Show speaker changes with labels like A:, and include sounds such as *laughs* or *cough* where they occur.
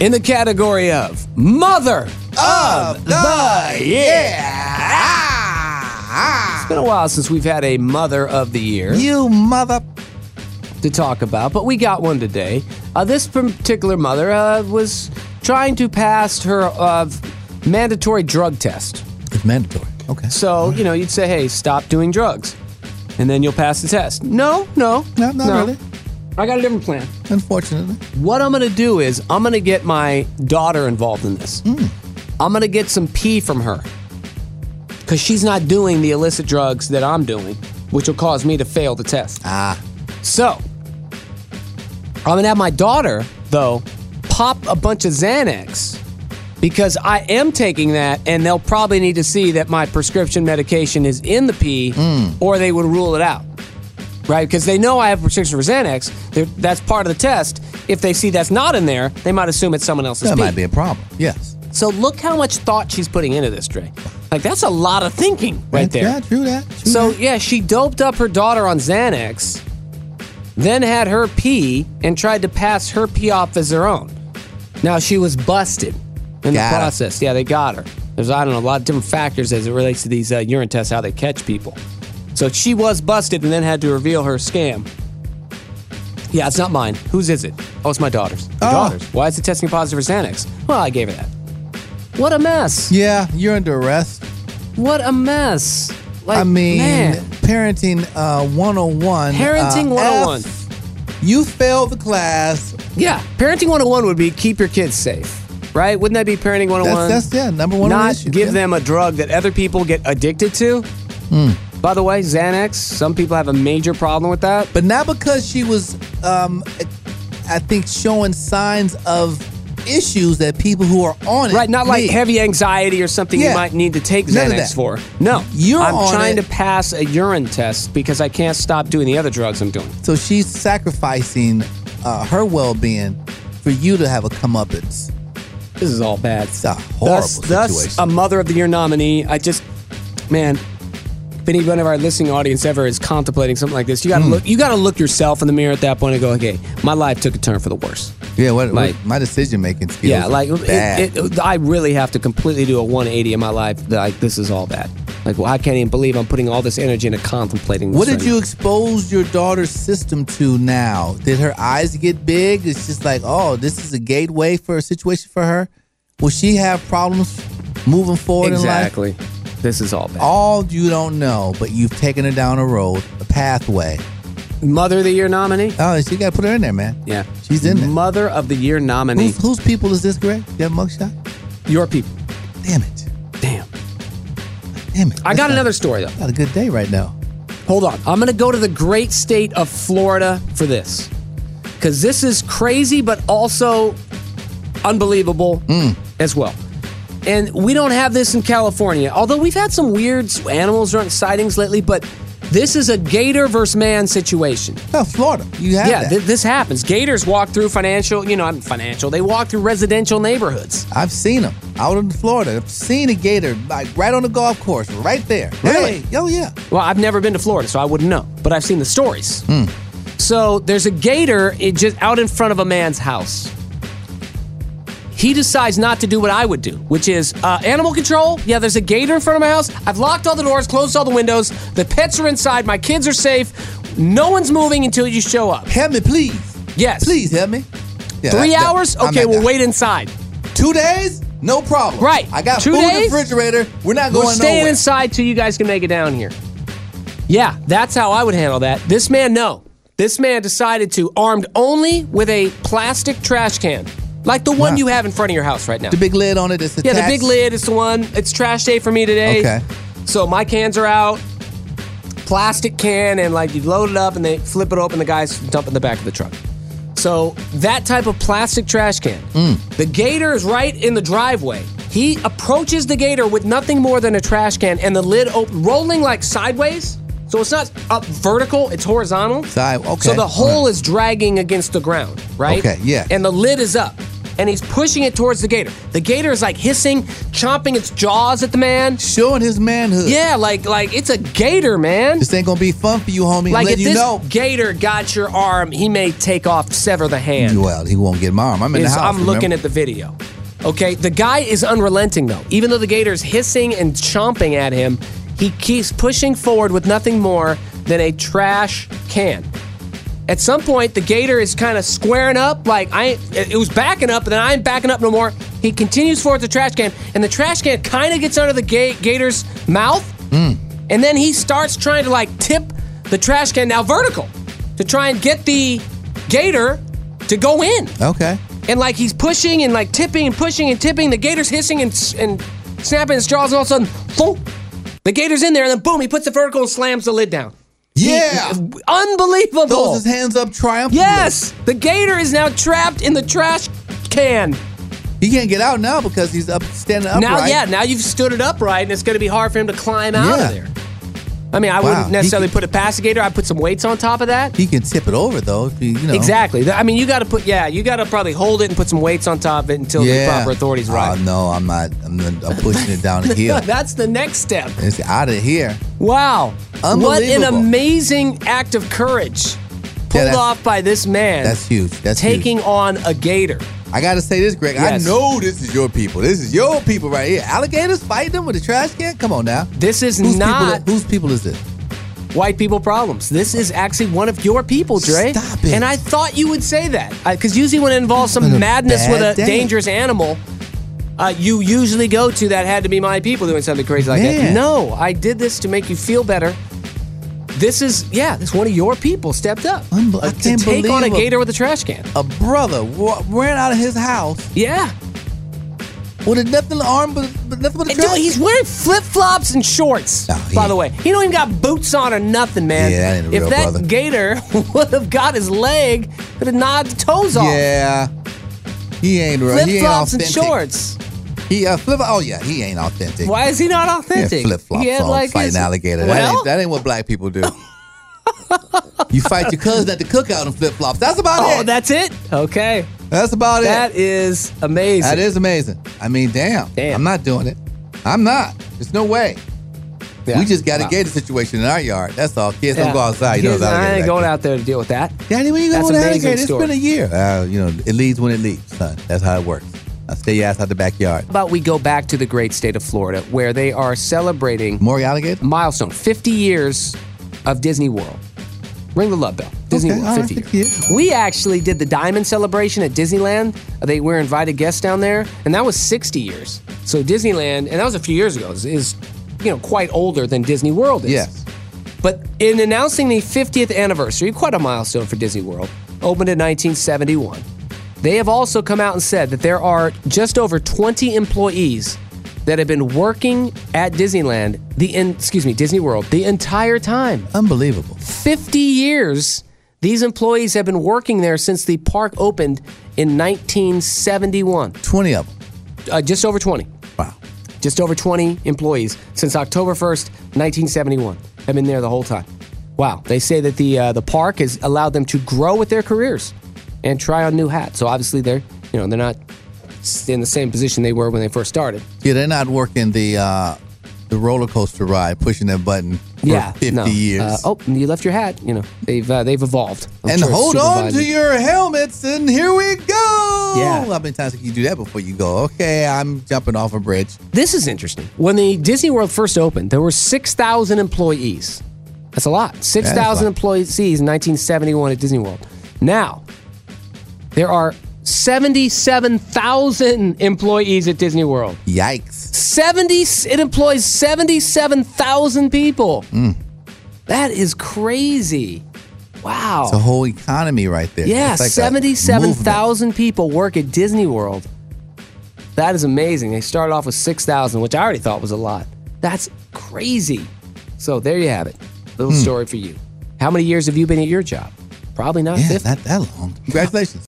A: in the category of Mother
B: Oh,
A: of the Year. It's been a while since we've had a Mother of the Year
B: You mother.
A: to talk about, but we got one today. Uh, this particular mother uh, was trying to pass her uh, mandatory drug test.
B: It's mandatory. Okay.
A: So, you know, you'd say, hey, stop doing drugs, and then you'll pass the test. No, no,
B: No, not really.
A: I got a different plan.
B: Unfortunately.
A: What I'm going to do is, I'm going to get my daughter involved in this. I'm going to get some pee from her because she's not doing the illicit drugs that I'm doing, which will cause me to fail the test.
B: Ah.
A: So, I'm gonna have my daughter, though, pop a bunch of Xanax because I am taking that, and they'll probably need to see that my prescription medication is in the pee,
B: Hmm.
A: or they would rule it out. Right? Because they know I have a prescription for Xanax. They're, that's part of the test. If they see that's not in there, they might assume it's someone else's
B: That
A: pee.
B: might be a problem. Yes.
A: So look how much thought she's putting into this, Dre. Like, that's a lot of thinking right there.
B: Yeah, true that. True
A: So
B: that.
A: yeah, she doped up her daughter on Xanax, then had her pee and tried to pass her pee off as her own. Now she was busted in
B: Got
A: the
B: her.
A: process. Yeah, they got her. There's I don't know a lot of different factors as it relates to these uh, urine tests how they catch people. So she was busted and then had to reveal her scam. Yeah, it's not mine. Whose is it? Oh, it's my daughter's. Your
B: Oh.
A: daughter's. Why is it testing positive for Xanax? Well, I gave her that. What a mess.
B: Yeah, you're under arrest.
A: What a mess. Like,
B: I mean,
A: man.
B: parenting uh, 101.
A: Parenting
B: uh,
A: 101.
B: F, you failed the class.
A: Yeah, parenting 101 would be keep your kids safe, right? Wouldn't that be parenting 101?
B: That's- that's, yeah, number one
A: Not
B: issue,
A: give
B: yeah. Hmm.
A: them a drug that other people get addicted to. By the way, Xanax, some people have a major problem with that.
B: But not because she was, um, I think, showing signs of issues that people who are on it.
A: Right, not like
B: need.
A: heavy anxiety or something you
B: Yeah.
A: might need to take
B: None of
A: Xanax
B: that.
A: for. No,
B: You're
A: I'm
B: on
A: trying
B: it.
A: to pass a urine test because I can't stop doing the other drugs I'm doing.
B: So she's sacrificing uh, her well being for you to have a comeuppance.
A: This is all bad.
B: It's a horrible
A: thus, thus,
B: situation.
A: a Mother of the Year nominee. I just, man, if anyone of our listening audience ever is contemplating something like this, you gotta
B: Hmm.
A: look. You gotta look yourself in the mirror at that point and go, okay, my life took a turn for the worse.
B: yeah, what,
A: like-
B: what- my decision making skills.
A: Yeah,
B: are
A: like
B: bad.
A: it, it, I really have to completely do a 180 in my life. that, Like this is all bad. Like, well, I can't even believe I'm putting all this energy into contemplating. This
B: What did
A: right
B: you expose your daughter's system to now? Did her eyes get big? It's just like, oh, this is a gateway for a situation for her. Will she have problems moving
A: now.
B: forward in life?
A: exactly. This is all bad.
B: All you don't know, but you've taken her down a road, a pathway.
A: Mother of the Year
B: *laughs*
A: nominee.
B: Oh, so you got to put her in there, man.
A: Yeah,
B: She's in there.
A: Mother of the Year nominee.
B: Who's, whose people is this, Greg? That mugshot?
A: Your people.
B: Damn it.
A: Damn.
B: Damn it.
A: I got
B: That's
A: another
B: not-
A: story though.
B: Got a good day right now.
A: Hold on. I'm going to go to the great state of Florida for this. Because this is crazy, but also unbelievable as well. And we don't have this in California, although we've had some weird animals around sightings lately, but this is a gator versus man situation.
B: Oh, Florida. You have
A: Yeah,
B: that.
A: th- this happens. Gators walk through financial, you know, I'm financial, they walk through residential neighborhoods.
B: I've seen them out in Florida. I've seen a gator like right on the golf course, right there.
A: Really?
B: Hey, oh yeah.
A: Well, I've never been to Florida, so I wouldn't know, but I've seen the stories.
B: Hmm.
A: So there's a gator it just out in front of a man's house. He decides not to do what I would do, which is uh, animal control. Yeah, there's a gator in front of my house. I've locked all the doors, closed all the windows. The pets are inside. My kids are safe. No one's moving until you show up.
B: Help me, please.
A: Yes.
B: Please help me. Yeah,
A: Three
B: that- that-
A: hours?
B: I'm
A: Okay,
B: at
A: we'll
B: that.
A: wait inside.
B: Two days? No problem.
A: Right.
B: I got
A: Two
B: food in
A: days?
B: the refrigerator. We're not
A: We're
B: going
A: staying
B: nowhere.
A: inside till you guys can make it down here. Yeah, that's how I would handle that. This man, no. This man decided to, armed only with a plastic trash can, like the one
B: Wow.
A: you have in front of your house right now.
B: The big lid on it. It's
A: yeah,
B: attached.
A: the big lid is the one. It's trash day for me today.
B: Okay.
A: So my cans are out, plastic can, and like you load it up and they flip it open, the guys dump it in the back of the truck. So that type of plastic trash can.
B: Mm.
A: The gator is right in the driveway. He approaches the gator with nothing more than a trash can and the lid op- rolling like sideways. So it's not up vertical, it's horizontal.
B: Side- okay,
A: So the
B: all
A: hole
B: right.
A: is dragging against the ground, right?
B: Okay, yeah.
A: And the lid is up. and he's pushing it towards the gator. The gator is like hissing, chomping its jaws at the man.
B: Showing his manhood.
A: Yeah, like like it's a gator, man.
B: This ain't gonna be fun for you, homie.
A: Like if
B: Let you
A: this
B: know.
A: gator got your arm, he may take off, sever the hand.
B: Well, he won't get my arm. I'm in
A: is
B: the house.
A: I'm looking
B: remember?
A: at the video. Okay, the guy is unrelenting though. Even though the gator's hissing and chomping at him, he keeps pushing forward with nothing more than a trash can. At some point, the gator is kind of squaring up, like I ain't, it it was backing up, and then I ain't backing up no more. He continues forward to the trash can, and the trash can kind of gets under the ga- gator's mouth,
B: Hmm.
A: and then he starts trying to like tip the trash can now vertical to try and get the gator to go in
B: Okay.
A: and like he's pushing and like tipping and pushing and tipping. The gator's hissing and and snapping his jaws, and all of a sudden, thunk, the gator's in there, and then boom, he puts the vertical and slams the lid down.
B: Yeah.
A: He- unbelievable.
B: Throws his hands up triumphantly.
A: Oh. yes, the gator is now trapped in the trash can.
B: He can't get out now because he's up standing upright.
A: Now, yeah, now you've stood it upright, and it's going to be hard for him to climb out
B: Yeah.
A: of there. I mean, I
B: Wow.
A: wouldn't
B: He
A: necessarily
B: could-
A: put a pass gator. I put some weights on top of that.
B: He can tip it over though. If he, you know.
A: Exactly. Th- I mean, you got to put, yeah, you got to probably hold it and put some weights on top of it until
B: Yeah.
A: the proper authorities arrive.
B: Oh, no, I'm not. I'm, I'm pushing it
A: *laughs*
B: down the hill.
A: That's the next step.
B: It's out of here.
A: Wow. What an
B: Unbelievable.
A: amazing act of courage pulled
B: that's-
A: off by this man.
B: That's huge. That's huge.
A: Taking on a gator.
B: I gotta say this, Greg.
A: Yes.
B: I know this is your people. This is your people right here. Alligators fighting them with a trash can. Come on now.
A: This is
B: Whose
A: not
B: people? Whose people is this?
A: white people problems. This is actually one of your people, Dre.
B: Stop it.
A: And I thought you would say that. Because usually when it involves
B: It's
A: some
B: been a
A: madness
B: bad
A: with a
B: day.
A: dangerous animal, uh, you usually go to that had to be my people doing something crazy like that.
B: Man.
A: No, I did this to make you feel better. This is, yeah, this one of your people stepped up.
B: Unbe- I
A: Uh,
B: can't
A: to take on a
B: believe a-
A: gator with a trash can.
B: A brother wa- ran out of his house
A: Yeah.
B: with a nothing arm but, but nothing but a
A: And dude,
B: trash.
A: he's wearing flip flops and shorts.
B: No, he
A: by
B: ain't.
A: the way, he don't even got boots on or nothing, man.
B: Oh, Yeah, that ain't a
A: if
B: real
A: that
B: brother.
A: gator *laughs* would have got his leg, could have gnawed the toes off.
B: yeah. He ain't real.
A: Flip
B: He ain't
A: flops and
B: authentic.
A: shorts.
B: He uh, flip. Oh yeah, he ain't authentic.
A: Why is he not authentic?
B: flip flops
A: He had,
B: on
A: like,
B: fighting
A: his-
B: alligator. that,
A: Well,
B: ain't, that ain't what black
A: *laughs*
B: people do. you fight your cousin at the cookout in flip flops. That's about
A: oh,
B: it.
A: that's it. Okay,
B: That's about it.
A: that is amazing.
B: That is amazing. I mean, damn.
A: Damn.
B: I'm not doing it. I'm not. There's no way.
A: Yeah.
B: We just got
A: Wow.
B: a gator situation in our yard. That's all. Kids
A: Yeah.
B: don't go outside. You know
A: Here's-
B: those
A: I
B: alligators
A: ain't
B: out
A: going
B: there.
A: out there to deal with that.
B: Daddy, when you
A: That's
B: going with
A: amazing
B: alligator? It's
A: story.
B: been a year. Uh, you know, it leaves when it leaves, son. That's how it works. Now stay your ass out the backyard.
A: How about we go back to the great state of Florida, where they are celebrating
B: More alligator?
A: milestone 50 years of Disney World. Ring the love bell. Disney
B: Okay,
A: World,
B: all right,
A: 50,
B: 50
A: years. We actually did the Diamond Celebration at Disneyland. They were invited guests down there, and that was 60 years. So Disneyland, and that was a few years ago, is, is you know quite older than Disney World is.
B: Yes.
A: But in announcing the 50th anniversary, quite a milestone for Disney World, opened in 1971, they have also come out and said that there are just over 20 employees that have been working at Disneyland, the in, excuse me, Disney World, the entire time.
B: Unbelievable.
A: 50 years these employees have been working there since the park opened in 1971.
B: 20 of them.
A: Uh, just over 20
B: Wow.
A: just over 20 employees since October 1st, 1971. Have been there the whole time. Wow. They say that the uh, the park has allowed them to grow with their careers and try on new hats. So obviously they're you know they're not s- in the same position they were when they first started.
B: Yeah, they're not working the uh, the roller coaster ride, pushing that button for
A: yeah,
B: 50
A: no.
B: years.
A: Uh, oh, you left your hat. You know they've uh, they've evolved. I'm
B: and
A: sure it's
B: hold on
A: supervising.
B: to your helmets, and here we go.
A: Yeah.
B: How many times can you do that before you go? Okay, I'm jumping off a bridge.
A: This is interesting. When the Disney World first opened, there were 6,000 employees. That's a lot. 6,000
B: lot.
A: employees in 1971 at Disney World. Now, there are 77,000 employees at Disney World.
B: Yikes!
A: 70 it employs 77,000 people. That is crazy. Wow.
B: The whole economy right there.
A: yeah,
B: It's like a
A: 77,000 people work at Disney World. That is amazing. They started off with 6,000, which I already thought was a lot. That's crazy. So there you have it. Little story for you. How many years have you been at your job? Probably not
B: movement. Yeah,
A: 50.
B: not that long. Congratulations.